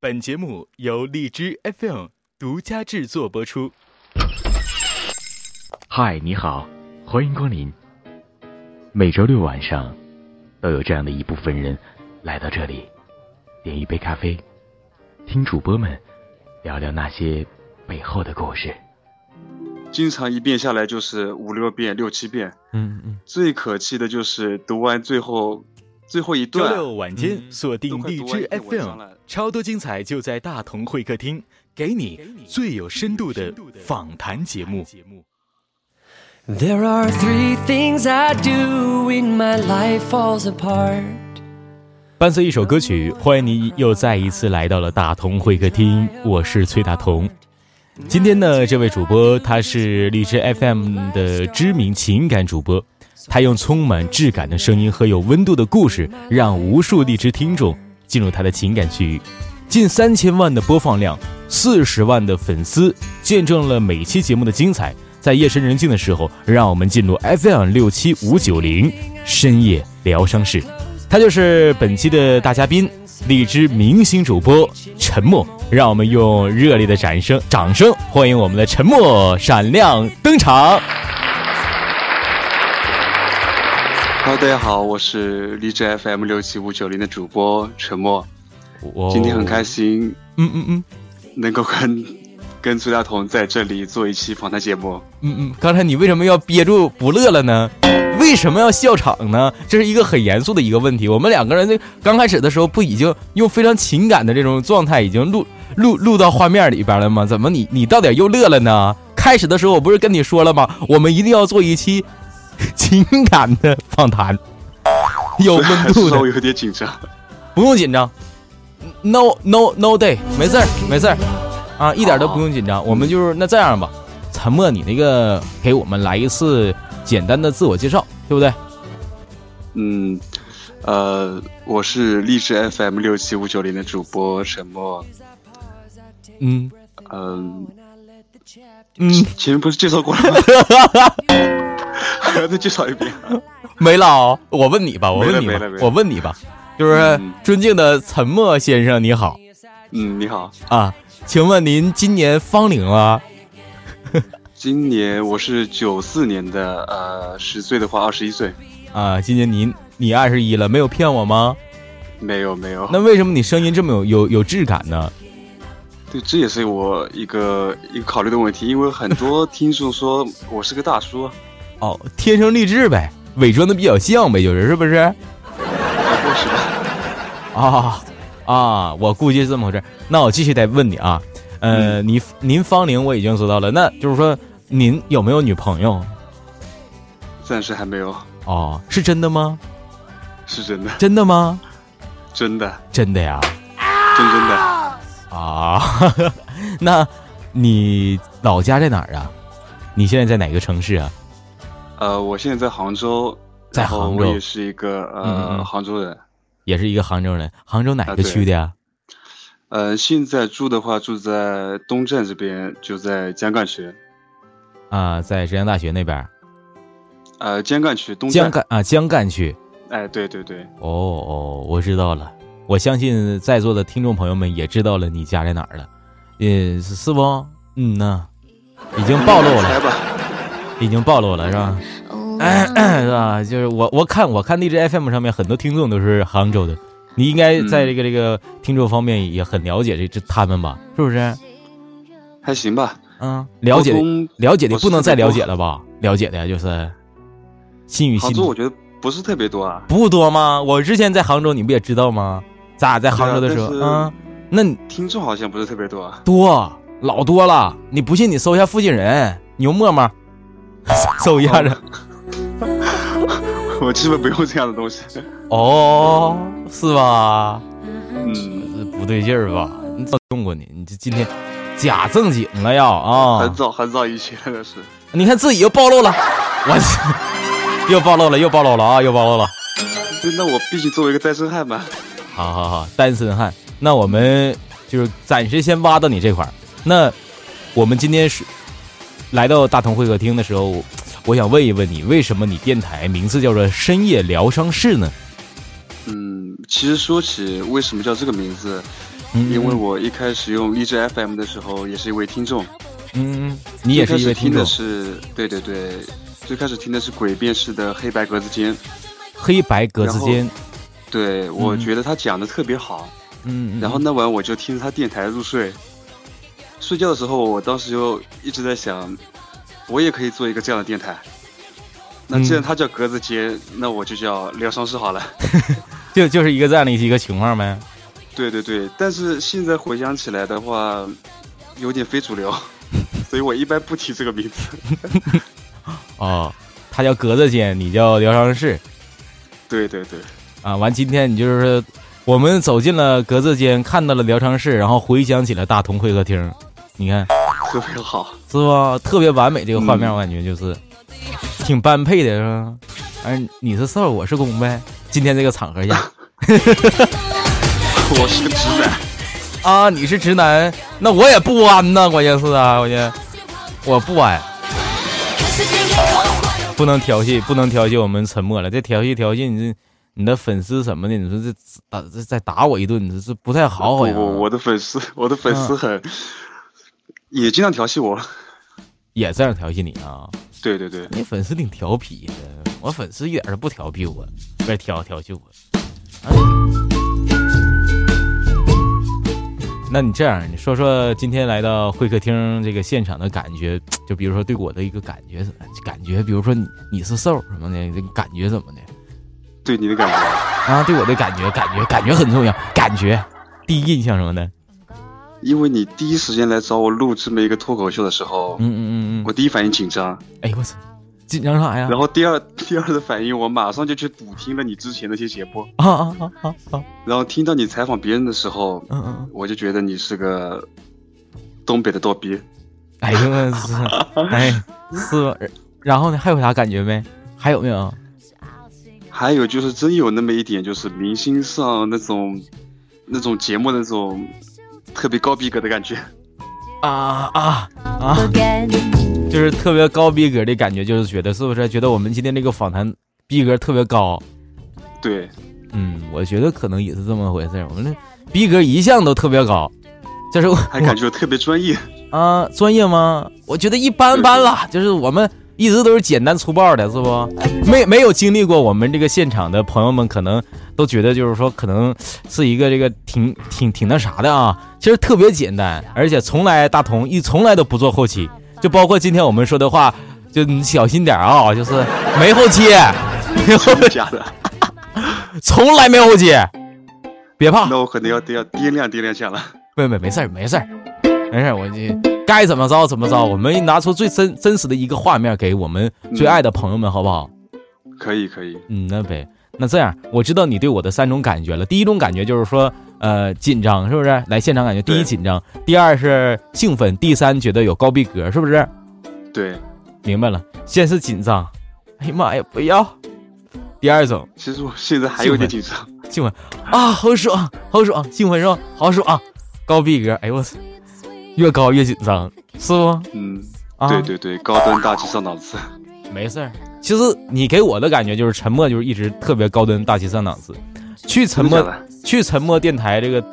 本节目由荔枝 FM 独家制作播出。嗨，你好，欢迎光临。每周六晚上都有这样的一部分人来到这里，点一杯咖啡，听主播们聊聊那些背后的故事。经常一遍下来就是五六遍、六七遍。嗯嗯，最可气的就是读完最后最后一周段，六晚间嗯锁定都快荔读完枝一篇文 FM，章了超多精彩就在大同会客厅，给你最有深度的访谈节目。 There are three things I do when my life falls apart. 伴随一首歌曲，欢迎你又再一次来到了大同会客厅，我是崔大同。今天呢，这位主播他是荔枝 FM 的知名情感主播，他用充满质感的声音和有温度的故事，让无数荔枝听众进入他的情感区域。近三千万的播放量，四十万的粉丝，见证了每期节目的精彩。在夜深人静的时候，让我们进入 FM 六七五九零深夜疗伤室。他就是本期的大嘉宾，荔枝明星主播陈默。让我们用热烈的掌声、掌声欢迎我们的陈默闪亮登场。 Hello，大家好，我是荔枝 FM 六七五九零的主播陈默，我今天很开。心嗯嗯嗯能够跟 跟崔大同在这里做一期访谈节 目。嗯嗯，刚才你为什么要憋住不乐了呢？为什么要笑场呢？这是一个很严肃的一个问题。我们两个人就刚开始的时候不已经用非常情感的这种状态已经录录录到画面里边了吗？怎么你你到点又乐了呢？开始的时候我不是跟你说了吗？我们一定要做一期情感的访谈，有温度的稍。微有点紧张。不用紧张，no no no day，没事儿没事儿啊，一点都不用紧张。我们就是那这样吧，沉默，你那个给我们来一次简单的自我介绍，对不对？嗯，呃，我是荔枝 FM 六七五九零的主播陈默。嗯嗯、嗯，前面不是介绍过 了吗？ 还要再介绍一遍。没了哦、我问你吧，我没了问你没吧了没，了我问你吧，就是嗯尊敬的沉默先生，你好嗯，你好，啊，请问您今年芳龄了？今年我是九四年的，呃，十岁的话二十一岁。啊，今年您你二十一了，没有骗我吗？没有没有，那为什么你声音这么有有有质感呢？对，这也是我一个一个考虑的问题，因为很多听众说我是个大叔，啊哦，天生丽质呗，伪装的比较像呗，就是是不是？不是吧？啊啊，我估计是这么回事儿。那我继续再问你啊，呃，嗯您您芳龄我已经知道了，那就是说您有没有女朋友？暂时还没有，哦，是真的吗？是真的，真的吗？真的，真的呀！真真的。啊， 那你老家在哪儿啊？你现在在哪个城市啊？呃，我现在在杭州，在然后杭我州也是一个嗯嗯呃嗯杭州人。也是一个杭州人，杭州哪啊个对区的呀？呃，现在住的话住在东站这边，就在江干区。啊，在浙江大学那边儿，呃，江干区东江站。干啊，江干区。哎，对对对，哦哦，我知道了。我相信在座的听众朋友们也知道了你家在哪儿了，呃，是是不？嗯呐，已经暴露猜了，吧。已经暴露了，是吧？哦 是吧？就是我我看我看荔枝 FM 上面很多听众都是杭州的，你应该在这个这个听众方面也很了解这这他们吧？是不是？还行吧，嗯，了解的沟通了解的我是不能再特别了解了吧？了解的就是心与杭心州我觉得不是特别多啊。不多吗？我之前在杭州，你不也知道吗？咱俩在杭州的时候对啊但是啊、那你听众好像不是特别多啊。 多老多了。你不信，你搜一下附近人，牛沫沫， 搜一下人。我基本不用这样的东西。哦，是吧？嗯，这不对劲儿吧？你早用过你，你这今天假正经了呀啊很！早很早以前的事。你看自己又暴露了，我 又暴露了，又暴露了啊，又暴露了。对，那我毕竟作为一个单身汉嘛，好好好，单身汉。那我们就是暂时先挖到你这块儿。那我们今天是来到大同会客厅的时候，我我想问一问你，为什么你电台名字叫做深夜疗伤室呢？嗯，其实说起为什么叫这个名字，因为我一开始用荔枝 FM 的时候，也是一位听众。嗯，你也是一位听众。的是，对对对，最开始听的是诡辩式的黑白格子间，黑白格子间，对我嗯觉得他讲的特别好，嗯，嗯然后那晚我就听着他电台入睡。睡觉的时候，我当时就一直在想，我也可以做一个这样的电台。那既然他叫格子间，那我就叫疗伤室好了。 就就是一个这样的一个情况呗。对对对，但是现在回想起来的话，有点非主流， 所以我一般不提这个名字。 哦，他叫格子间，你叫疗伤室对对对，啊。完，今天你就是我们走进了格子间，看到了疗伤室，然后回想起了大同会客厅，你看特别好。是吧？特别完美这个画嗯面，我感觉就是挺般配的，是吧？哎，你是兽，我是公呗。今天这个场合下 我是个直男，啊，你是直男，那我也不安呐，关键是啊，关键我不安。不能调戏，不能调戏我们沉默了。再调戏调戏，你这你的粉丝什么的，你说这打这再打我一顿，你这这不太好，好我像我我的粉丝，我的粉丝很、也经常调戏我。 也这样调戏你啊。对对对，你粉丝挺调皮的，我粉丝一点都不调皮我，不是调调戏我。啊那你这样，你说说今天来到会客厅这个现场的感觉，就比如说对我的一个感觉怎么，感觉，比如说你你是瘦什么的，这个感觉怎么的？对你的感觉，啊，对我的感觉，感觉，感觉很重要，感觉，第一印象什么的。因为你第一时间来找我录这么一个脱口秀的时候，嗯嗯嗯我嗯，第一反应紧张，哎呦我操，紧张啥呀？然后第二 第二的反应，我马上就去补听了你之前那些节目，啊啊啊啊啊！然后听到你采访别人的时候，嗯嗯，我就觉得你是个东北的逗逼。哎呦我操，哎是吧？然后呢，还有啥感觉没？还有没有？还有就是真有那么一点，就是明星上那种那种节目那种特别高逼格的感觉。 啊啊啊！就是特别高逼格的感觉，就是觉得是不是？觉得我们今天这个访谈逼格特别高。对，嗯，我觉得可能也是这么回事儿。我们这逼格一向都特别高，这是我还感觉特别专 业。啊，专业吗？我觉得一般般 啦，就是我们一直都是简单粗暴的，是不？没没有经历过我们这个现场的朋友们，可能都觉得就是说，可能是一个这个挺挺挺那啥的啊。其实特别简单，而且从来大同一从来都不做后期，就包括今天我们说的话，就你小心点儿啊，就是没后期， 真的假的？从来没后期，别怕，那我可能要 得要掂量掂量一下了。没没没事儿，没事儿，没事儿，我这该怎么着怎么着，我们拿出最真真实的一个画面给我们最爱的朋友们，好不好？可以可以，嗯，那呗，那这样，我知道你对我的三种感觉了。第一种感觉就是说，呃，紧张，是不是？来现场感觉，第一对紧张，第二是兴奋，第三觉得有高逼格，是不是？对，明白了，先是紧张，哎呀妈呀，不要。第二种其实我现在还有点紧张。兴奋啊，好爽，好爽，兴奋是吧？好爽，高逼格，哎呦我操，越高越紧张，是不？嗯，啊，对对对，高端大气上档 次。没事儿。其实你给我的感觉就是沉默就是一直特别高端大气上档次，去沉真默 的假的去沉默电台这个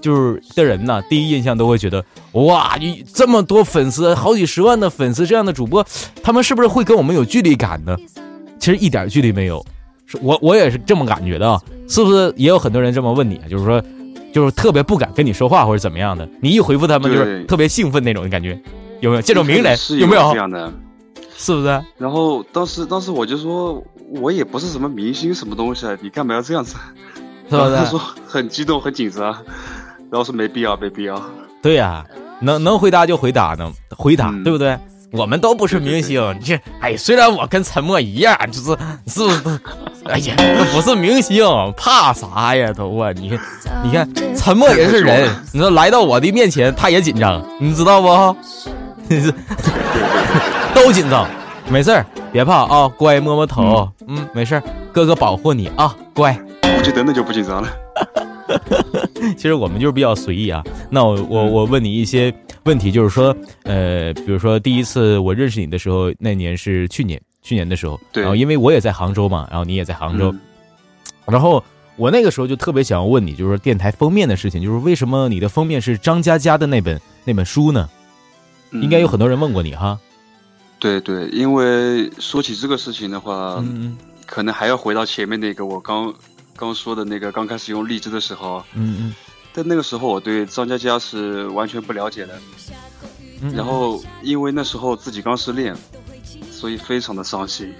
就是的人呐、第一印象都会觉得哇，你这么多粉丝，好几十万的粉丝，这样的主播，他们是不是会跟我们有距离感呢？其实一点距离没有，是我我也是这么感觉的啊，是不是？也有很多人这么问你，啊，就是说。就是特别不敢跟你说话或者怎么样的，你一回复他们就是对特别兴奋那种感觉，有没有？这种名人是有没有这？样的？是不是？然后当时当时我就说，我也不是什么明星什么东西，啊，你干嘛要这样子？是不是？然 后他说很激动很紧张，然后说没必要没必要。对呀、能能回答就回答呢，回答、嗯对不对？我们都不是明星，你这哎，虽然我跟沉默一样，就是是不是？哎呀，不是明星，怕啥呀都啊！你你看，沉默也是人，你说来到我的面前，他也紧张，你知道不？ 你这都紧张，没事儿，别怕啊，乖，摸摸头，嗯，没事儿，哥哥保护你啊，乖。我就等等就不紧张了。其实我们就是比较随意啊。那我我嗯我问你一些问题，就是说，呃，比如说第一次我认识你的时候，那年是去年，去年的时候，对嗯然后因为我也在杭州嘛，然后你也在杭州，嗯然后我那个时候就特别想要问你，就是说电台封面的事情，就是为什么你的封面是张嘉佳的那本那本书呢？应该有很多人问过你哈。嗯对对，因为说起这个事情的话，嗯可能还要回到前面那个我刚刚说的那个刚开始用荔枝的时候，嗯但那个时候我对张嘉佳是完全不了解的。嗯然后因为那时候自己刚失恋，所以非常的伤心。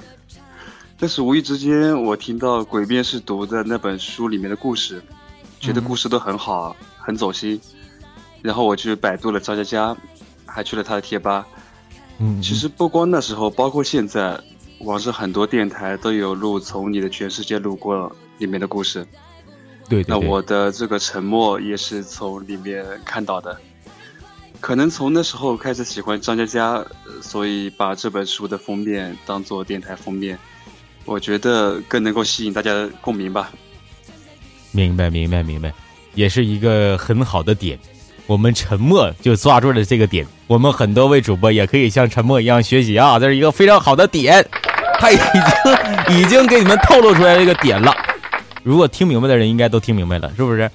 但是无意之间，我听到鬼辩是读的那本书里面的故事，觉嗯得故事都很好，很走心。然后我去百度了张嘉佳，还去了他的贴吧。嗯，其实不光那时候，包括现在，网上很多电台都有录《从你的全世界路过》里面的故事。对对那对我的这个沉默也是从里面看到的，可能从那时候开始喜欢张嘉佳，呃所以把这本书的封面当做电台封面，我觉得更能够吸引大家的共鸣吧。明白明白明白，也是一个很好的点。我们沉默就抓住了这个点，我们很多位主播也可以像沉默一样学习啊，这是一个非常好的点。他已经已经给你们透露出来这个点了。如果听明白的人，应该都听明白了，是不是？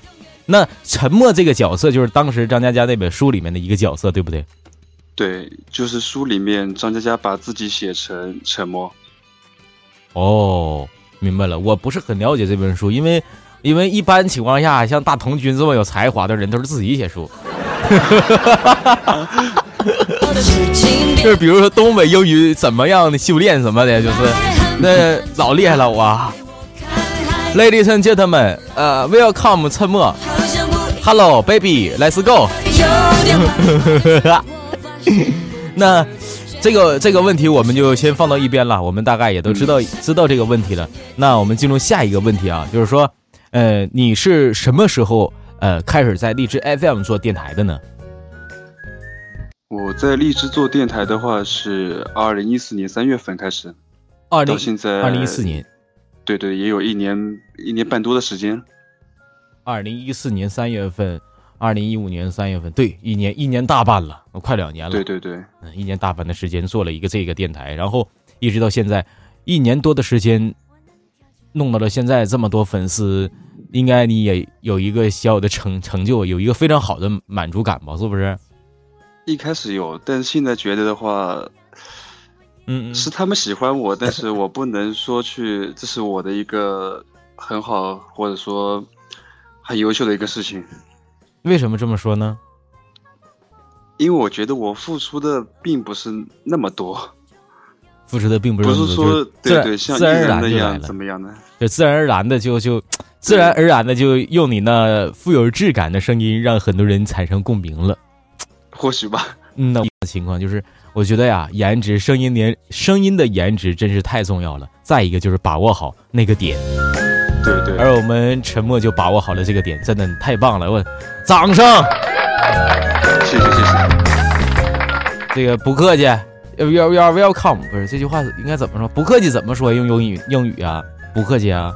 那沉默这个角色就是当时张嘉佳那本书里面的一个角色，对不对？对，就是书里面张嘉佳把自己写成沉默。哦，明白了，我不是很了解这本书，因为因为一般情况下，像大童军这么有才华的人都是自己写书， 就是比如说东北英语怎么样的修炼什么的，就是那老厉害了哇！Ladies and gentlemen，呃、w e l c o m e 沉默，Hello baby，Let's go 那这个这个问题我们就先放到一边了，我们大概也都知道、知道这个问题了。那我们进入下一个问题啊，就是说，呃，你是什么时候呃开始在荔枝 FM 做电台的呢？我在荔枝做电台的话是二零一四年三月份开始，二零到现在二零一四，年，对对，也有一年一年半多的时间。二零一四年三月份，二零一五年三月份，对，一年一年大半了，快两年了。对对对，嗯，一年大半的时间做了一个这个电台，然后一直到现在，一年多的时间，弄到了现在这么多粉丝，应该你也有一个小有的成成就，有一个非常好的满足感吧？是不是？一开始有，但是现在觉得的话，嗯是他们喜欢我，但是我不能说去，这是我的一个很好或者说很优秀的一个事情，为什么这么说呢？因为我觉得我付出的并不是那么多，付出的并不是不那么是多说就是自对然对像艺自然而人然那就来样了怎，么样呢？就自然而然的就就自然而然的就用你那富有质感的声音，让很多人产生共鸣了。或许吧，嗯，那情况就是，我觉得呀，颜值、声音连声音的颜值真是太重要了。再一个就是把握好那个点，对对，而我们沉默就把握好了这个点，真的太棒了！我掌声，谢谢谢谢，这个不客气，will will welcome，不是这句话应该怎么说？不客气怎么说？用英语英语啊，不客气啊，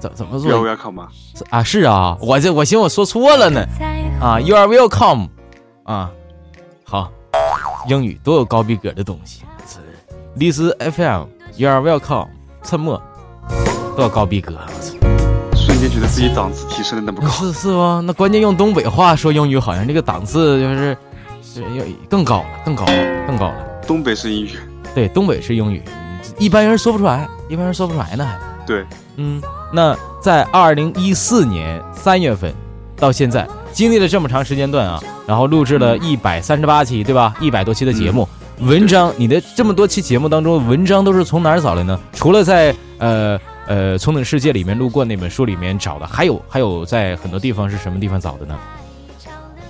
怎怎么要不说要看嘛？啊？是啊，我这我寻思我说错了呢啊，you are welcome 啊，好，英语多有高逼格的东西。荔枝 FM You are welcome，沉默，多有高逼格，瞬间觉得自己档次提升的那么高，是是吧？那关键用东北话说英语，好像这个档次就是是要更高了，更高了，更高了。东北式英语，对，东北是英语，嗯一般人说不出来，一般人说不出来呢。还对，嗯，那在二零一四年三月份到现在，经历了这么长时间段啊，然后录制了嗯一百三十八期，对吧？一百多期的节目，文章，你的这么多期节目当中，文章都是从哪儿找来呢？除了在呃呃《从你的世界》里面路过那本书里面找的，还有还有在很多地方是什么地方找的呢？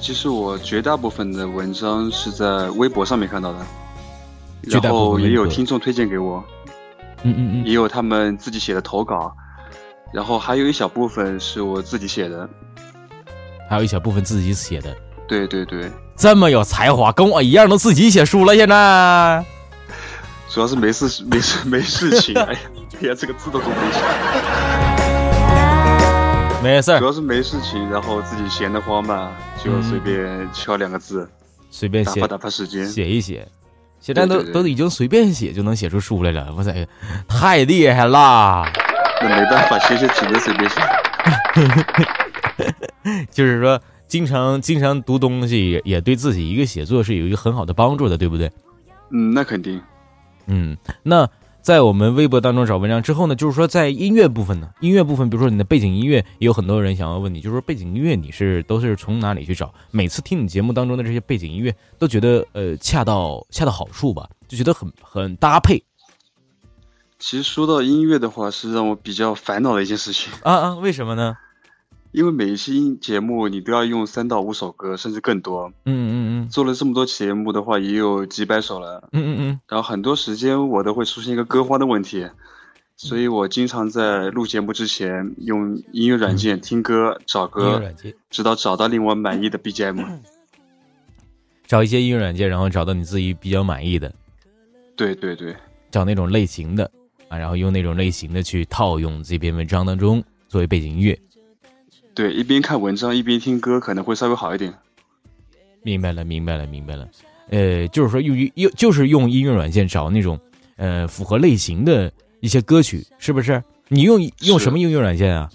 其实我绝大部分的文章是在微博上面看到的，绝大然部分后也有微博听众推荐给我。嗯嗯嗯，也有他们自己写的投稿，然后还有一小部分是我自己写的。还有一小部分自己写的，对对对，这么有才华，跟我一样都自己写书了，现在。主要是没事 没事没事情，哎呀， 哎呀，这个字都读不下。没事儿主，要是没事情，然后自己闲得慌嘛，就嗯随便敲两个字，随便打写发打发时间。写一写，现在都对对对都已经随便写就能写出书来了，哇塞，太厉害啦！那没办法，谁是只能随便写。就是说经常经常读东西也，也对自己一个写作是有一个很好的帮助的，对不对？嗯，那肯定。嗯，那在我们微博当中找文章之后呢，就是说在音乐部分呢，音乐部分，比如说你的背景音乐，也有很多人想要问你，就是说背景音乐你是都是从哪里去找？每次听你节目当中的这些背景音乐，都觉得呃恰到恰到好处吧，就觉得很很搭配其实说到音乐的话，是让我比较烦恼的一件事情，啊啊？为什么呢？因为每一期音节目你都要用三到五首歌，甚至更多。嗯嗯做了这么多节目的话，也有几百首了。嗯嗯嗯然后很多时间我都会出现一个歌荒的问题，所以我经常在录节目之前用音乐软件听歌、找嗯嗯，音乐歌，软件，嗯直到找到令我满意的 BGM。找一些音乐软件，然后找到你自己比较满意的， 对对对，找那种类型的啊，然后用那种类型的去套用这篇文章当中作为背景音乐。对，一边看文章一边听歌可能会稍微好一点。明白了，明白了，明白了。呃，就是说用用就是用音乐软件找那种呃符合类型的一些歌曲，是不是？你用用是什么音乐软件啊？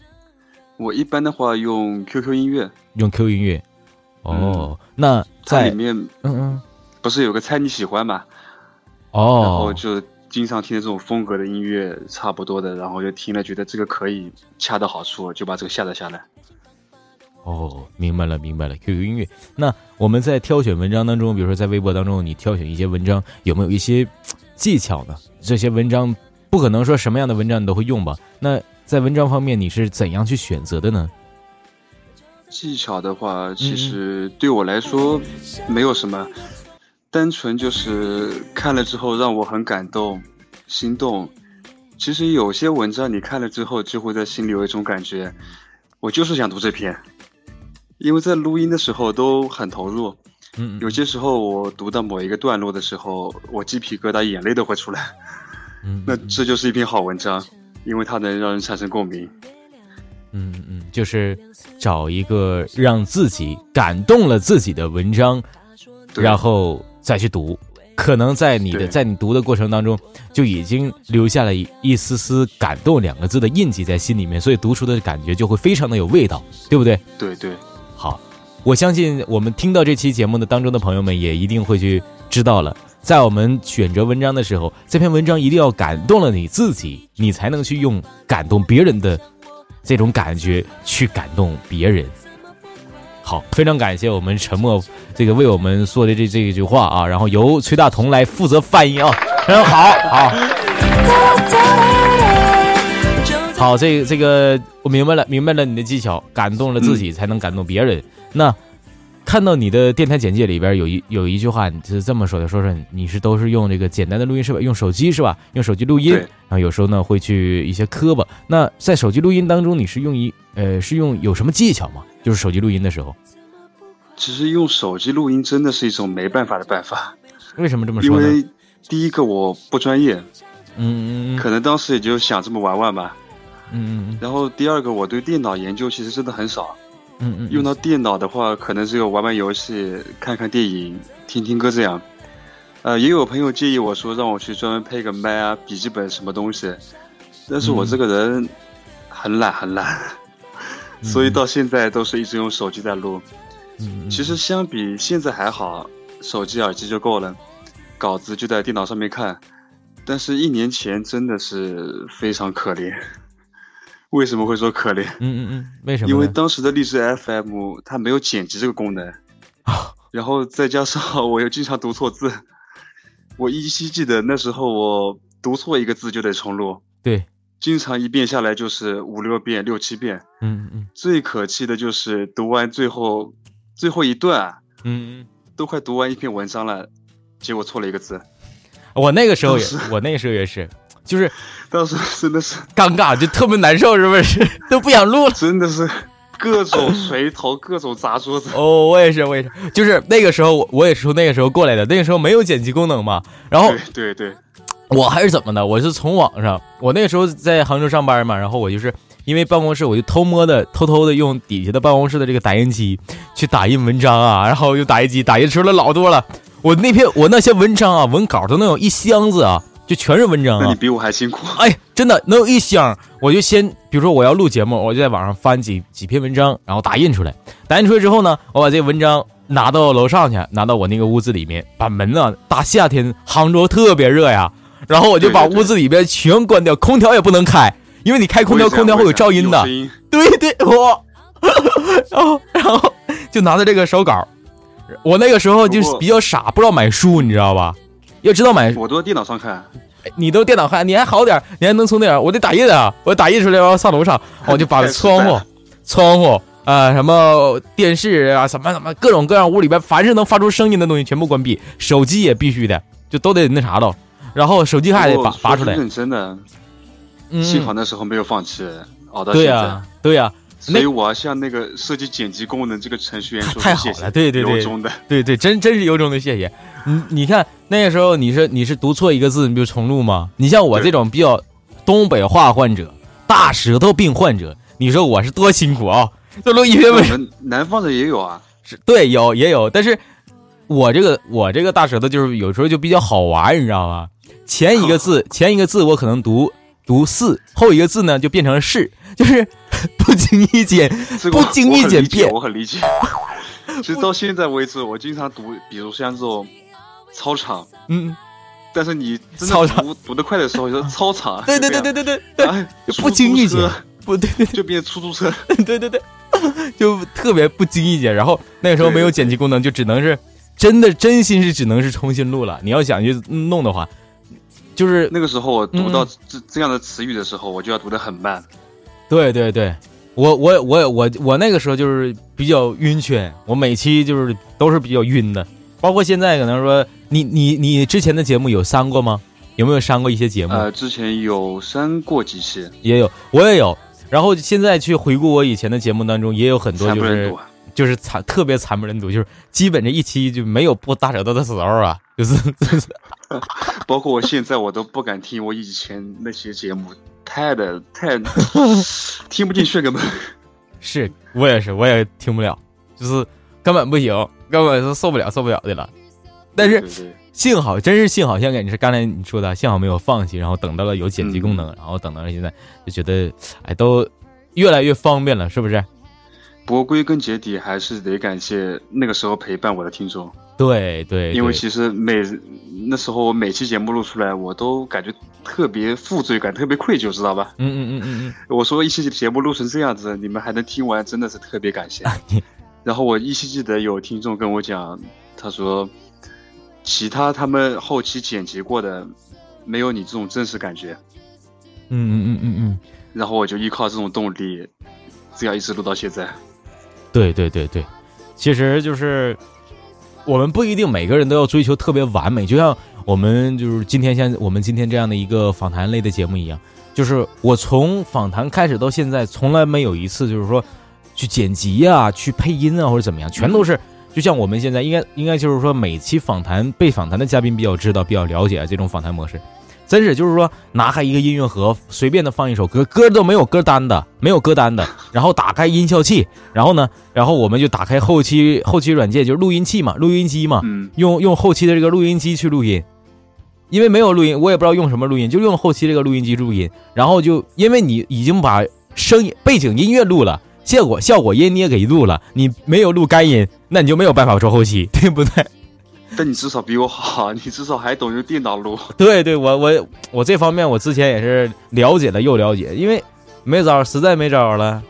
我一般的话用 QQ 音乐，用 Q 音乐。哦，嗯那它在里面嗯嗯不是有个猜你喜欢嘛，然后哦，就经常听的这种风格的音乐差不多的，然后就听了觉得这个可以恰到好处，就把这个下载下来。哦，明白了，明白了。QQ 音乐，那我们在挑选文章当中，比如说在微博当中，你挑选一些文章，有没有一些嘖技巧呢？这些文章不可能说什么样的文章你都会用吧？那在文章方面，你是怎样去选择的呢？技巧的话，嗯其实对我来说没有什么，单纯就是看了之后让我很感动、心动。其实有些文章你看了之后，就会在心里有一种感觉，我就是想读这篇，因为在录音的时候都很投入。嗯，嗯有些时候我读到某一个段落的时候，我鸡皮疙瘩、眼泪都会出来。嗯， 那这就是一篇好文章，因为它能让人产生共鸣。嗯嗯嗯，就是找一个让自己感动了自己的文章，对然后再去读。可能在你的对在你读的过程当中，就已经留下了一一丝丝“感动”两个字的印记在心里面，所以读出的感觉就会非常的有味道，对不对？对对，好，我相信我们听到这期节目的当中的朋友们也一定会去知道了，在我们选择文章的时候，这篇文章一定要感动了你自己，你才能去用感动别人的这种感觉去感动别人。好，非常感谢我们沉默这个为我们说的这这一句话啊，然后由崔大同来负责翻译啊， 非常好，好。好，这个这个我明白了，明白了你的技巧，感动了自己才能感动别人。那看到你的电台简介里边有一有一句话，你是这么说的，说说你是都是用这个简单的录音设备，用手机是吧？用手机录音，对然后有时候呢会去一些磕巴。那在手机录音当中，你是用一呃是用有什么技巧吗？就是手机录音的时候，其实用手机录音真的是一种没办法的办法。为什么这么因说呢？为第一个我不专业，嗯嗯嗯可能当时也就想这么玩玩吧。嗯嗯然后第二个，我对电脑研究其实真的很少，嗯嗯，用到电脑的话，可能只有玩玩游戏、看看电影、听听歌这样。呃，也有朋友建议我说让我去专门配个麦啊、笔记本什么东西，但是我嗯这个人很懒很懒， 所以到现在都是一直用手机在录。嗯其实相比现在还好，手机耳机就够了，稿子就在电脑上面看。但是，一年前真的是非常可怜。为什么会说可怜？嗯嗯嗯，为什么呢？因为当时的荔枝 FM 它没有剪辑这个功能，哦然后再加上我又经常读错字，我依稀记得那时候我读错一个字就得重录，对，经常一遍下来就是五六遍、六七遍。嗯嗯最可气的就是读完最后最后一段啊、嗯嗯。都快读完一篇文章了，结果错了一个字，我那个时候也，我那个时候也是，就是当时真的是尴尬，就特别难受，是不是？ 都不想录了。真的是各种锤头，各种砸桌子。哦，我也是，我也是，就是那个时候，我我也是从那个时候过来的。那个时候没有剪辑功能嘛，然后对对对，嗯我还是怎么的？我是从网上，我那个时候在杭州上班嘛，然后我就是因为办公室，我就偷摸的、偷偷的用底下的办公室的这个打印机去打印文章啊，然后用打印机打印出了老多了。我那篇我那些文章啊，文稿都能有一箱子啊，就全是文章那啊你。比我还辛苦。哎，真的能有一箱儿，我就先，比如说我要录节目，我就在网上翻几几篇文章，然后打印出来，打印出来之后呢，我把这文章拿到楼上去，拿到我那个屋子里面，把门呢，大夏天杭州特别热呀，然后我就把对对对屋子里边全关掉，空调也不能开，因为你开 空调，我也这空样调会我有也这样噪音的有。声音对对，我，然后然后就拿着这个手稿，我那个时候就不是过比较傻，不知道买书，你知道吧？要知道买，我都在电脑上看，你都电脑看，你还好点儿，你还能从那儿，我得打印啊，我打印出来，然后上楼上，我就把太失败窗户了、窗户啊、什么电视啊、什么什么各种各样屋里边凡是能发出声音的东西全部关闭，手机也必须的，就都得那啥了，然后手机还得不过拔拔出哦说来句，认真的，嗯，幸好那时候没有放弃，熬到对啊现呀、在。对呀、所以我要向那个设计剪辑功能这个程序员说太声谢好谢，了对对对由衷的。对对，真真是由衷的谢谢。你你看那个时候你是你是读错一个字你不就重录吗？你像我这种比较东北话患者、大舌头病患者，你说我是多辛苦啊！这录一篇我文，们南方人也 有啊，对，有也有，但是我这个我这个大舌头就是有时候就比较好玩，你知道吗？前一个字前一个字我可能读读四，后一个字呢就变成是，就是 不经意间这个我不经意间变我很 理解。我很理解其实到现在为止，我经常读，比如像这种操场，嗯，但是你真操的场啊读读得快的时候，就说操场，对对对对对对对，对，哎就不经意间出租车不对。就变出租车，对对对， 就特别不经意间。然后那个时候没有对对对剪辑功能，就只能是真的真心是只能是重新录了。你要想去弄的话，就是那个时候我读到嗯这这样的词语的时候，我就要读得很慢。对对对，我我我我我那个时候就是比较晕圈，我每期就是都是比较晕的，包括现在可能说你你你之前的节目有删过吗？有没有删过一些节目？呃，之前有删过几期，也有，我也有。然后现在去回顾我以前的节目当中，也有很多惨就不忍是睹啊。就是惨，特别惨不忍睹，就是基本这一期就没有不打舌头的时候啊，就是 就是包括我现在我都不敢听我以前那些节目，太的 太听不进去根本。是我也是，我也听不了，就是根本不行，根本是受不了，受不了的了。但是对对幸好，真是幸好，像你是刚才你说的，幸好没有放弃，然后等到了有剪辑功能，然后等到了现在，就觉得哎，都越来越方便了，是不是？不过归根结底还是得感谢那个时候陪伴我的听众，对对，因为对其实每那时候我每期节目录出来，我都感觉特别负罪感，特别愧疚，知道吧？嗯嗯嗯嗯我说一期节目录成这样子，你们还能听完，真的是特别感谢。啊然后我依稀记得有听众跟我讲，他说其他他们后期剪辑过的，没有你这种真实感觉。嗯嗯嗯嗯嗯，然后我就依靠这种动力，这样一直录到现在。对对对对，其实就是我们不一定每个人都要追求特别完美，就像我们就是今天像我们今天这样的一个访谈类的节目一样，就是我从访谈开始到现在，从来没有一次就是说去剪辑啊、去配音啊或者怎么样，全都是。就像我们现在应该应该就是说，每期访谈被访谈的嘉宾比较知道、比较了解这种访谈模式。真是就是说，拿开一个音乐盒，随便的放一首歌，歌都没有歌单的，没有歌单的，然后打开音效器，然后呢，然后我们就打开后期后期软件，就是录音器嘛，录音机嘛，嗯，用用后期的这个录音机去录音，因为没有录音，我也不知道用什么录音，就用后期这个录音机录音。然后就因为你已经把声音背景音乐录了，效果效果音你也给录了，你没有录干音，那你就没有办法做后期，对不对？ 但你至少比我好，你至少还懂用电脑录。对对，我我我这方面我之前也是了解了又了解，因为没招儿，实在没招儿了，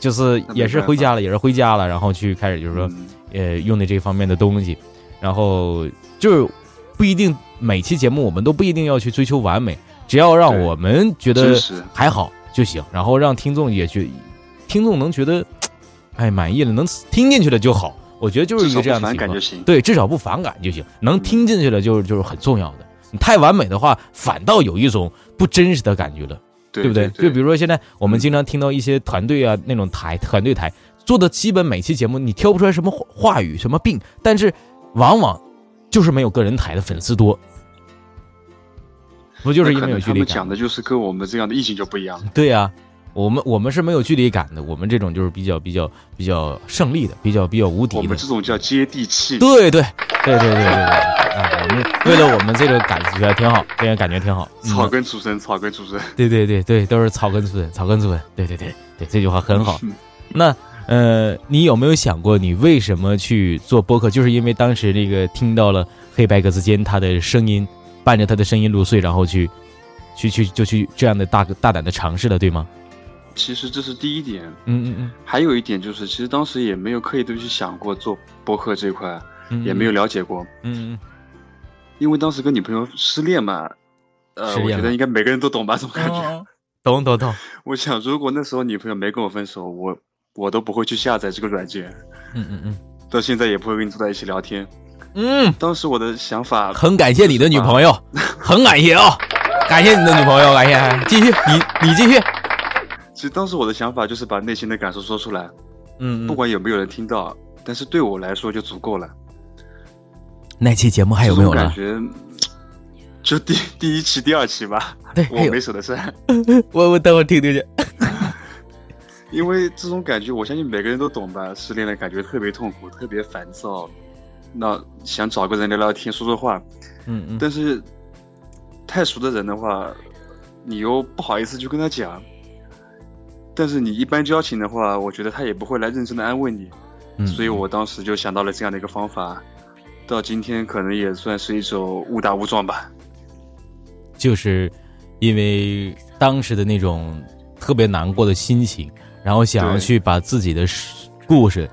就是那没也是办回法家了，也是回家了，然后去开始就是说。嗯呃用的这方面的东西，然后就是不一定每期节目我们都不一定要去追求完美，只要让对我们觉得真实，还好就行，然后让听众也觉，听众能觉得哎满意了，能听进去了就好。我觉得就是至一少个这样不的反情感况就，行。对，至少不反感就行，能听进去了就是就是很重要的。你太完美的话，反倒有一种不真实的感觉了。对对不对？就比如如说现在我们嗯经常听到一些团队啊那种台团队台做的，基本每期节目你挑不出来什么话话语什么病，但是往往就是没有个人台的粉丝多，不就是因为有距他离们感讲？的就是跟我们这样的意境就不一样了。对呀、啊我们我们是没有距离感的，我们这种就是比较比较比较胜利的，比较比较无敌我的们这。种叫接地气。对对对对对对对，啊，我们为了我们这个感觉挺好，这个感觉挺好。草嗯，根出身， 草根出身，对对对对，都是草根素人，草根素人。对对对对，这句话很好。那呃，你有没有想过，你为什么去做播客？就是因为当时那个听到了黑白格子间他的声音，伴着他的声音入睡，然后去去去就去这样的大大胆的尝试了，对吗？其实这是第一点。嗯嗯嗯还有一点就是，其实当时也没有刻意的去想过做播客这一块，嗯，也没有了解过，嗯，嗯因为当时跟女朋友失恋嘛，呃，失我恋觉了得应该每个人都懂吧，这种感嗯，觉。哦懂懂懂， 我想，如果那时候女朋友没跟我分手，我我都不会去下载这个软件， 嗯嗯嗯到现在也不会跟你坐在一起聊天。嗯。当时我的想法，很感谢你的女朋友，很感谢啊、感谢你的女朋友，感谢。哎继续，你你继续。其实当时我的想法就是把内心的感受说出来，嗯，不管有没有人听到，但是对我来说就足够了。那期节目还有没有这种了感？觉？就第第一期、第二期吧，对，我还有没。舍得删， 我我等会儿听听去。因为这种感觉，我相信每个人都懂吧。失恋的感觉特别痛苦，特别烦躁，那想找个人聊聊天、说说话，嗯嗯但是太熟的人的话，你又不好意思去跟他讲。但是你一般交情的话，我觉得他也不会来认真的安慰你，嗯，所以我当时就想到了这样的一个方法，到今天可能也算是一种误打误撞吧。就是因为当时的那种特别难过的心情，然后想要对去把自己的故事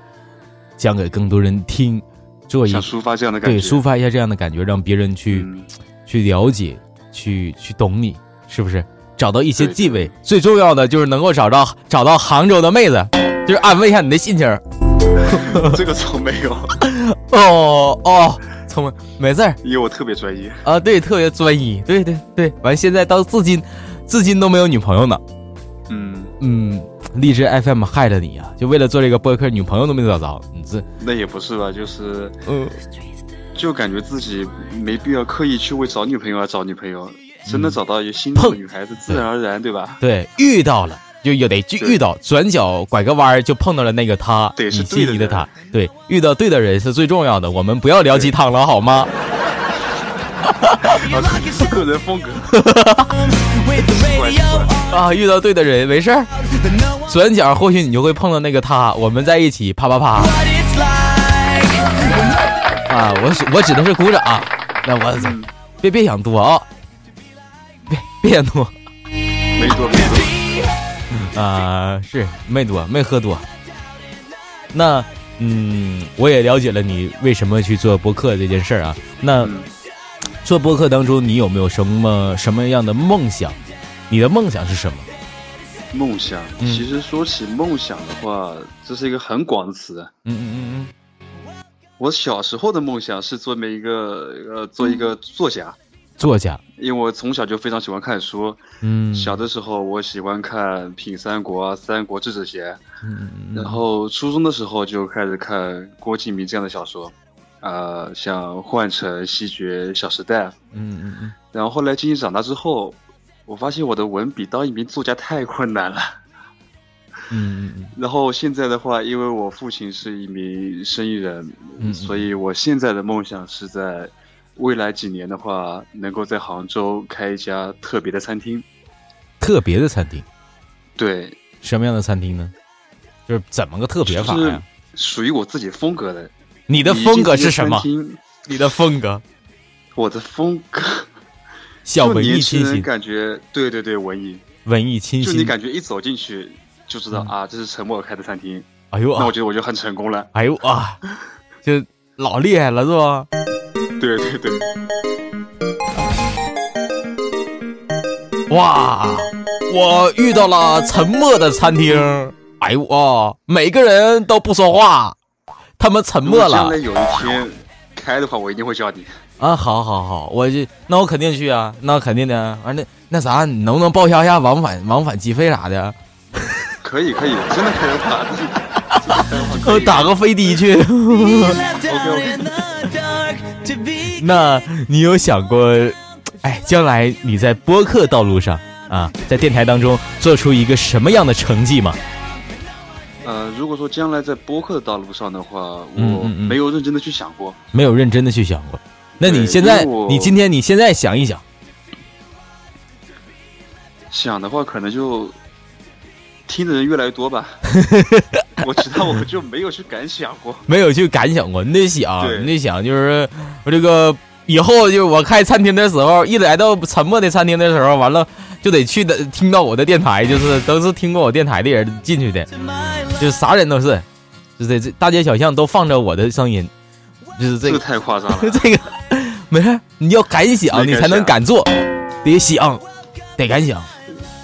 讲给更多人听，做一想抒发这样的感觉，对抒发一下这样的感觉，让别人去、嗯，去了解，去去懂你，是不是？找到一些对地位，最重要的就是能够找到找到杭州的妹子，就是安慰一下你的心情儿。 这个从没有，哦哦，聪明，没事儿因为我特别专一。啊，对，特别专一，对对对。完，现在到至今，至今都没有女朋友呢。嗯，嗯，荔枝 FM 害了你啊！就为了做这个播客，女朋友都没找着，你这，那也不是吧，就是嗯、就感觉自己没必要刻意去为找女朋友而找女朋友，真的找到一个心动的嗯碰女孩子，自然而然，对吧？对，遇到了就有得就对遇到，转角拐个弯儿就碰到了那个他，对是你对心的仪的人他，对，遇到对的人是最重要的，我们不要聊鸡汤了好吗？啊，个人风格。 with the radio 啊，遇到对的人没事儿， but no one 转角或许你就会碰到那个他，我们在一起啪啪 啪 what it's like 啊！我是我只能是鼓掌、那我别别想多啊，别别想多没错没错，啊，是没多没喝多。那嗯，我也了解了你为什么去做播客这件事儿啊。那嗯做播客当中，你有没有什么什么样的梦想？你的梦想是什么？梦想。嗯其实说起梦想的话，这是一个很广的词。嗯嗯我小时候的梦想是做一个呃做一个作家，嗯，作家，因为我从小就非常喜欢看书。嗯，小的时候我喜欢看《品三国》啊《三国志》这些，嗯，嗯然后初中的时候就开始看郭敬明这样的小说，呃，像《幻城》《西决》《小时代》。嗯嗯嗯然后后来渐渐长大之后，我发现我的文笔当一名作家太困难了。 嗯嗯然后现在的话，因为我父亲是一名生意人，嗯所以我现在的梦想是在未来几年的话，能够在杭州开一家特别的餐厅。特别的餐厅，对，什么样的餐厅呢？就是怎么个特别法就呀是？属于我自己风格的。你你的风格是什么一？进这个餐厅你的风格，我的风格，小 就文年艺轻清人新，感觉，对对对，文艺。文艺清就你新。感觉一走进去就知道、嗯啊，这是陈默开的餐厅，哎呦那啊我！觉得我就很成功了。哎呦啊，就老厉害了是吧？对对对，哇，我遇到了沉默的餐厅。哎呦啊，每个人都不说话，他们沉如默果将了来有一天开的话，我一定会叫你。啊！好好好，我就那我肯定去啊，那我肯定的啊。啊那那啥，你能不能报销一下往返往返机费啥的？啊可以可以，真的开的话， 真的开的话可我 以。打个飞的去。 left out in the dark to be 那你有想过，哎，将来你在播客道路上啊，在电台当中做出一个什么样的成绩嘛？呃，如果说将来在播客的道路上的话，嗯我嗯嗯没有认真的去想过。没有认真的去想过。那你对现在因为，我你今天你现在想一想，想的话，可能就听的人越来越 多吧。我知道，我就没有去敢想过。没有去敢想过，你得对想，你得想，就是我这个以后就是我开餐厅的时候，一来到沉默的餐厅的时候，完了就得去的听到我的电台，就是都是听过我电台的人进去 的，就是啥人都是，就这这大街小巷都放着我的声音，就是这 这个个太夸张了。这个没事儿，你要敢想，没敢你才能想敢做，得想，得敢想，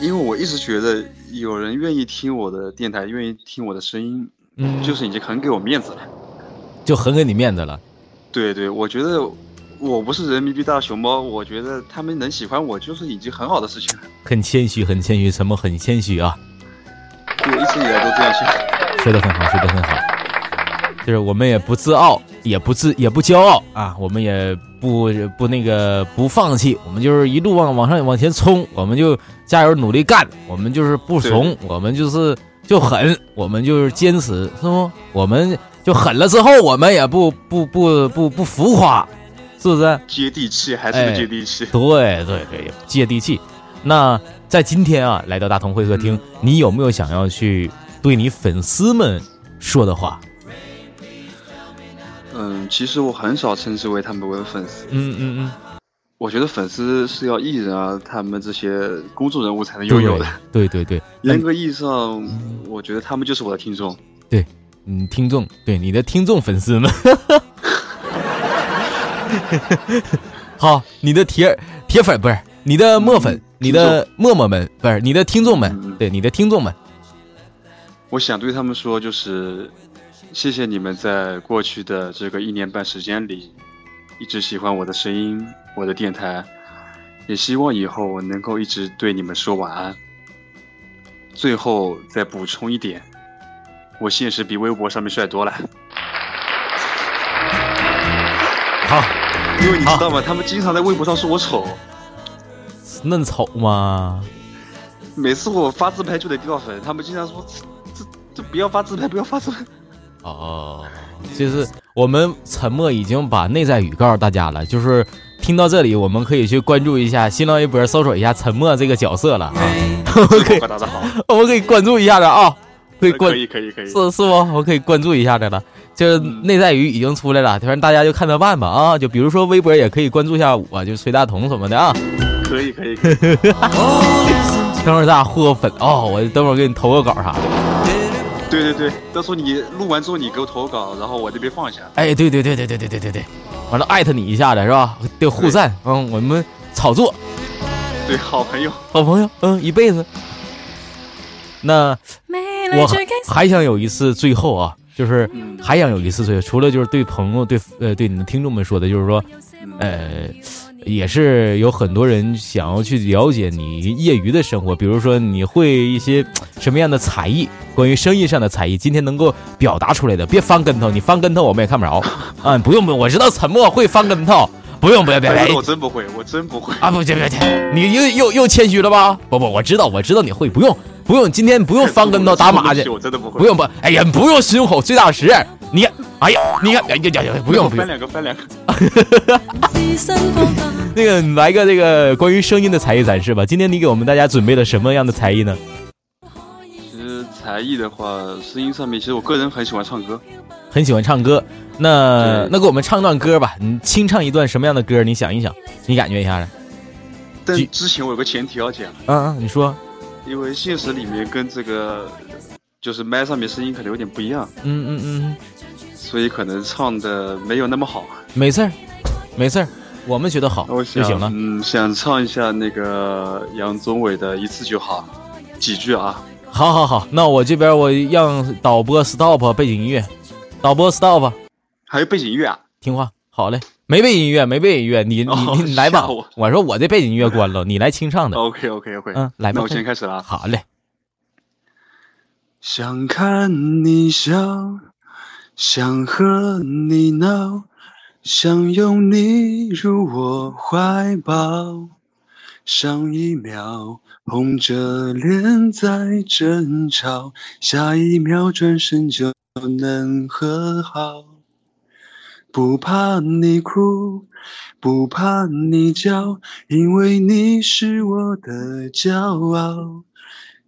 因为我一直觉得有人愿意听我的电台，愿意听我的声音，嗯，就是已经很给我面子了。就很给你面子了。对对，我觉得我不是人民币大熊猫，我觉得他们能喜欢我就是已经很好的事情了。很谦虚，很谦虚，什么很谦虚啊？我一直以来都这样想。说的很好，说的很好。就是我们也不自傲，也不自也不骄傲啊，我们也不不那个不放弃，我们就是一路往往上往前冲，我们就加油努力干，我们就是不怂，我们就是就狠，我们就是坚持，是不？我们就狠了之后，我们也不不不不不浮夸，是不是？接地气，还是个哎接地气。对对对，接地气。那在今天啊，来到大同会客厅，嗯你有没有想要去对你粉丝们说的话？嗯，其实我很少称之为他们为粉丝，嗯嗯嗯，我觉得粉丝是要艺人啊，他们这些公众人物才能拥有的。对对对，严格意义上，我觉得他们就是我的听众。嗯，听众，对你的听众粉 丝们。好，你的铁铁粉不是你的墨粉，你的默默们不是你的听众们嗯，对你的听众们，我想对他们说，就是谢谢你们在过去的这个一年半时间里，一直喜欢我的声音，我的电台，也希望以后能够一直对你们说晚安。最后再补充一点，我现实比微博上面帅多了，好，因为你知道吗？他们经常在微博上说我丑，嫩丑吗？每次我发自拍就得掉粉，他们经常说这这这不要发自拍，不要发 自拍。哦，就是我们沉默已经把内在语告诉大家了，就是听到这里，我们可以去关注一下新浪微博，搜索一下沉默这个角色了啊，嗯这个表达的好，我们可以关注一下的啊，可 以关可以可以可以，是是不？我可以关注一下的了，就是内在语已经出来了，反正大家就看着办吧啊，就比如说微博也可以关注一下我，就是崔大同什么的啊，可以可 以可以，等会儿咱俩互个粉哦，我等会儿给你投个稿啥的。对对对，到时候你录完之后你给我投稿，然后我这边放一下。哎，对对对对对对对对对，完了艾特你一下子是吧？对，互赞，嗯，我们炒作。对，好朋友，好朋友，嗯，一辈子。那我还还想有一次最后啊，就是还想有一次最后，除了就是对朋友、对呃对你的听众们说的，就是说，呃， 也是有很多人想要去了解你业余的生活，比如说你会一些什么样的才艺，关于生意上的才艺，今天能够表达出来的，别翻跟头，你翻跟头我们也看不着。嗯，不用不用，我知道沉默会翻跟头，不用不用不用。反别正我真不会，我真不会。啊，不，这别这，你又又又谦虚了吧？不不，我知道，我知道你会，不用不用，今天不用翻跟头打马去对，我真的不会。不用不，哎呀，不用胸口碎大石，你看，哎呀，你看，哎呀呀呀，不用不翻用，两个，翻两个。那个你来个这个关于声音的才艺展示吧。今天你给我们大家准备了什么样的才艺呢？其实才艺的话，声音上面，其实我个人很喜欢唱歌。很喜欢唱歌，那对那给我们唱段歌吧，你清唱一段什么样的歌？你想一想，你感觉一下来。但举之前我有个前提要讲，嗯嗯，你说，因为现实里面跟这个就是麦上面声音可能有点不一样，嗯嗯嗯，所以可能唱的没有那么好。没事儿，没事儿，我们觉得好那我就想，行了。嗯，想唱一下那个杨宗纬的《一次就好》，几句啊。好好好，那我这边我让导播 stop 背景音乐，导播 stop，还有背景音乐啊？听话，好嘞，没背景音乐，没背景音乐，你你哦你你来吧吓我，我说我这背景音乐关了，你来清唱的， OK OK OK，嗯来吧那我先开始了啊。好嘞，想看你笑，想和你闹，想拥你入我怀抱，上一秒红着脸在争吵，下一秒转身就能和好。不怕你哭，不怕你叫，因为你是我的骄傲。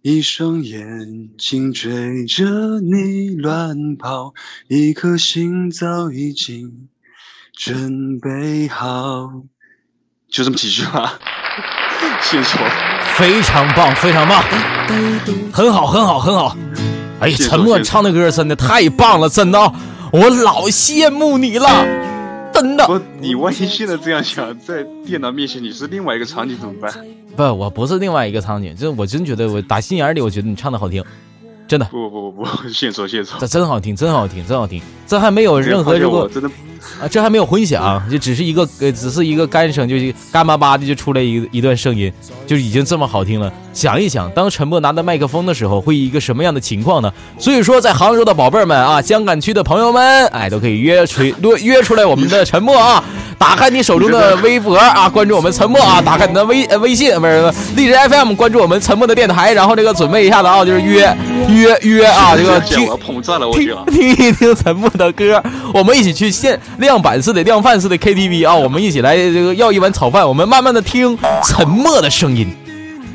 一双眼睛追着你乱跑，一颗心早已经准备好。就这么几句话，献丑，非常棒，非常棒，很好，很好，很好。哎呀，谢谢沉默谢谢唱的歌真的太棒了，真的，啊我老羡慕你了，真的。不，你万一现在这样想，在电脑面前你是另外一个场景怎么办？不，我不是另外一个场景，这我真觉得我打心眼儿里，我觉得你唱的好听，真的，不不不不，献丑献丑这，真好听，真好听，真好听。这还没有任何这如个我果真的啊，这还没有混响，就只是一个呃，只是一个干声，就是干巴巴的就出来一一段声音，就已经这么好听了。想一想，当陈默拿到麦克风的时候，会一个什么样的情况呢？所以说，在杭州的宝贝儿们啊，香港区的朋友们，哎，都可以约出约约出来我们的陈默啊。打开你手中的微博啊，关注我们沉默啊，打开你的微呃微信不是不是荔枝 FM，关注我们沉默的电台，然后这个准备一下子啊，就是约约约啊，这个讲听我要膨胀了，我听讲。听一听陈默的歌，我们一起去现量版式的、量贩式的 KTV 啊，我们一起来这个要一碗炒饭，我们慢慢的听沉默的声音，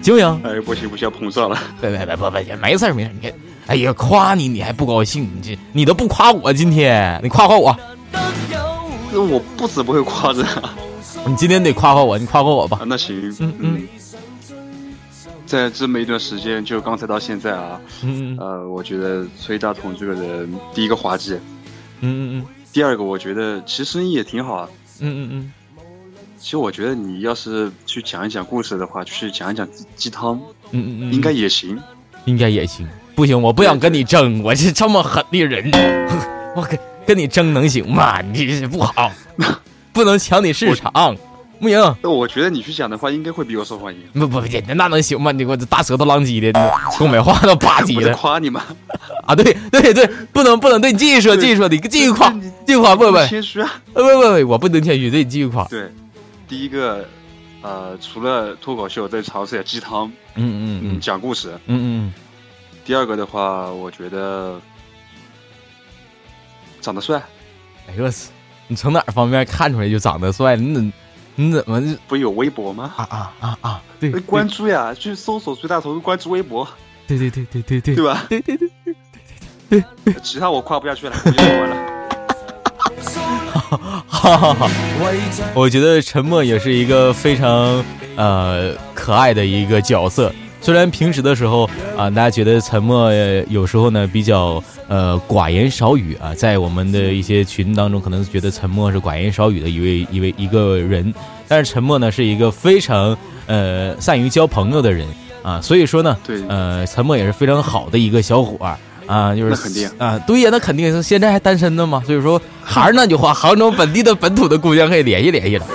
行不行？哎，不行不行，要膨胀了。别别别别别，没事儿没事儿，你看，哎呀，夸你你还不高兴，你这你都不夸我，今天你夸夸我，那我不止不会夸人啊，你今天得夸夸我，你夸夸我吧啊，那行，嗯嗯在这么一段时间，就刚才到现在啊，嗯嗯呃，我觉得崔大同这个人，第一个滑稽，嗯嗯第二个我觉得其实也挺好啊。嗯嗯嗯其实我觉得你要是去讲一讲故事的话，去讲一讲鸡鸡汤，嗯嗯嗯，应该也行。应该也行，不行，我不想跟你争，我是这么狠的人， 我跟跟你争能行吗？你这是不 好，不能抢你市场，不行，那我觉得你去讲的话，应该会比我受欢迎。不不不，那能行吗？你给我这大舌头浪叽的，东北话都吧唧我在的夸你嘛，啊！对对对，不能不能，对，你继续说，继续说，你继续夸，继续夸，不不谦虚啊。不不不，我不能谦虚，对，你继续夸，对，第一个，呃，除了脱口秀，再尝试点鸡汤，嗯嗯，嗯讲故事。嗯嗯第二个的话，我觉得长得帅，嗯，哎呦我操，你从哪方面看出来就长得帅？你怎你怎么不是有微博吗？啊啊啊啊？对，那关注呀，去搜索崔大头，关注微博，对对对对对对对吧？对对对。其他我夸不下去了，我就说完了。哈哈哈，我觉得沉默也是一个非常呃可爱的一个角色。虽然平时的时候啊、大家觉得沉默、呃有时候呢比较呃寡言少语啊，在我们的一些群当中，可能觉得沉默是寡言少语的一位一位一个人，但是沉默呢是一个非常呃善于交朋友的人啊，所以说呢，对呃，沉默也是非常好的一个小伙儿啊，就是那肯定啊，对呀，那肯定是现在还单身呢嘛，所以 说还是那句话，杭州本地的本土的姑娘可以联系 联系了。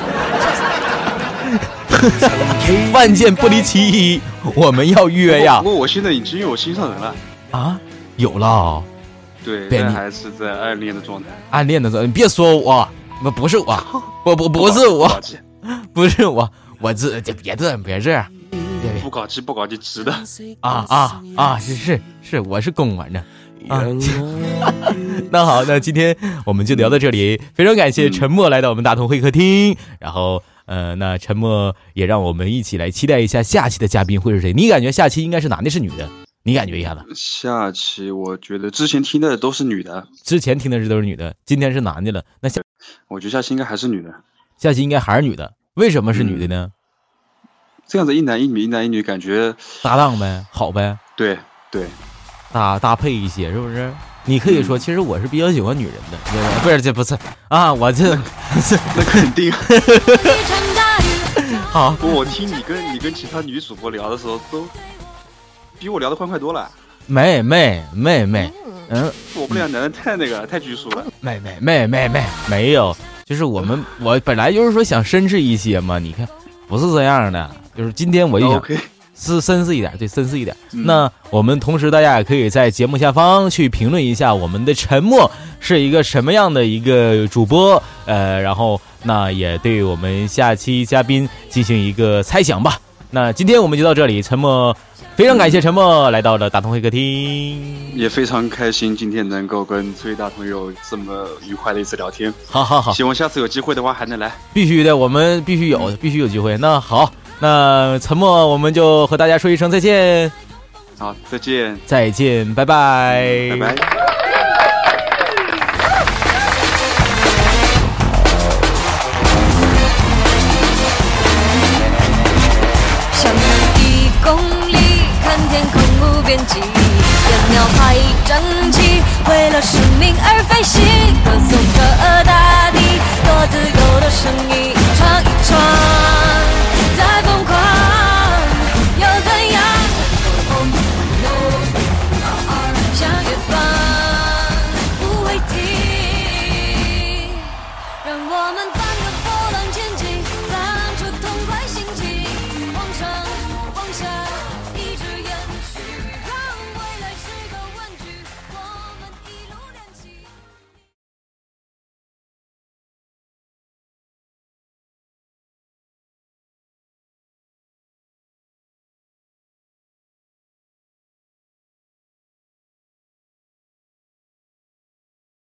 万箭不离其一，我们要约呀不！过我现在已经有心上人了，啊，有了啊、对，别但你还是在暗恋的状态。暗恋的时候，你别说我，不不是 我，不不不是不搞我，基，不是我，我这这别这样别这样，别别 不搞基，不搞基，直的。啊啊啊！是是是，我是公反正。啊， 那好，那今天我们就聊到这里，非常感谢嗯沉默来到我们大同会客厅，然后。呃，那沉默也让我们一起来期待一下下期的嘉宾会是谁？你感觉下期应该是男的，是女的？你感觉一下子，下期我觉得之前听的都是女的，之前听的是都是女的，今天是男的了，那下我觉得下期应该还是女的。下期应该还是女的，为什么是女的呢？这样子一男一女，一男一女，感觉搭档呗，好呗，对对，搭搭配一些，是不是？你可以说，其实我是比较喜欢女人的，不是这不是啊，我这 是那肯定。 好。不，我听你跟你跟其他女主播聊的时候，都比我聊的欢快多了。妹妹妹妹，嗯，我们俩男的太那个，太拘束了。妹妹妹妹妹，没有，就是我们我本来就是说想绅士一些嘛，你看不是这样的，就是今天我就想 OK，是绅士一点，对，绅士一点。嗯那我们同时大家也可以在节目下方去评论一下我们的沉默是一个什么样的一个主播，呃，然后那也对我们下期嘉宾进行一个猜想吧。那今天我们就到这里，沉默，非常感谢沉默来到了大同会客厅。也非常开心今天能够跟崔大同有这么愉快的一次聊天。好好好，希望下次有机会的话还能来。必须的，我们必须有，必须有机会。那好，那沉默，我们就和大家说一声再见，好，再见，再见，拜拜，拜拜。想象一公里，看天空无边际，有鸟排整齐，为了使命而飞行，歌颂着大地，多自由的生意，一唱一唱。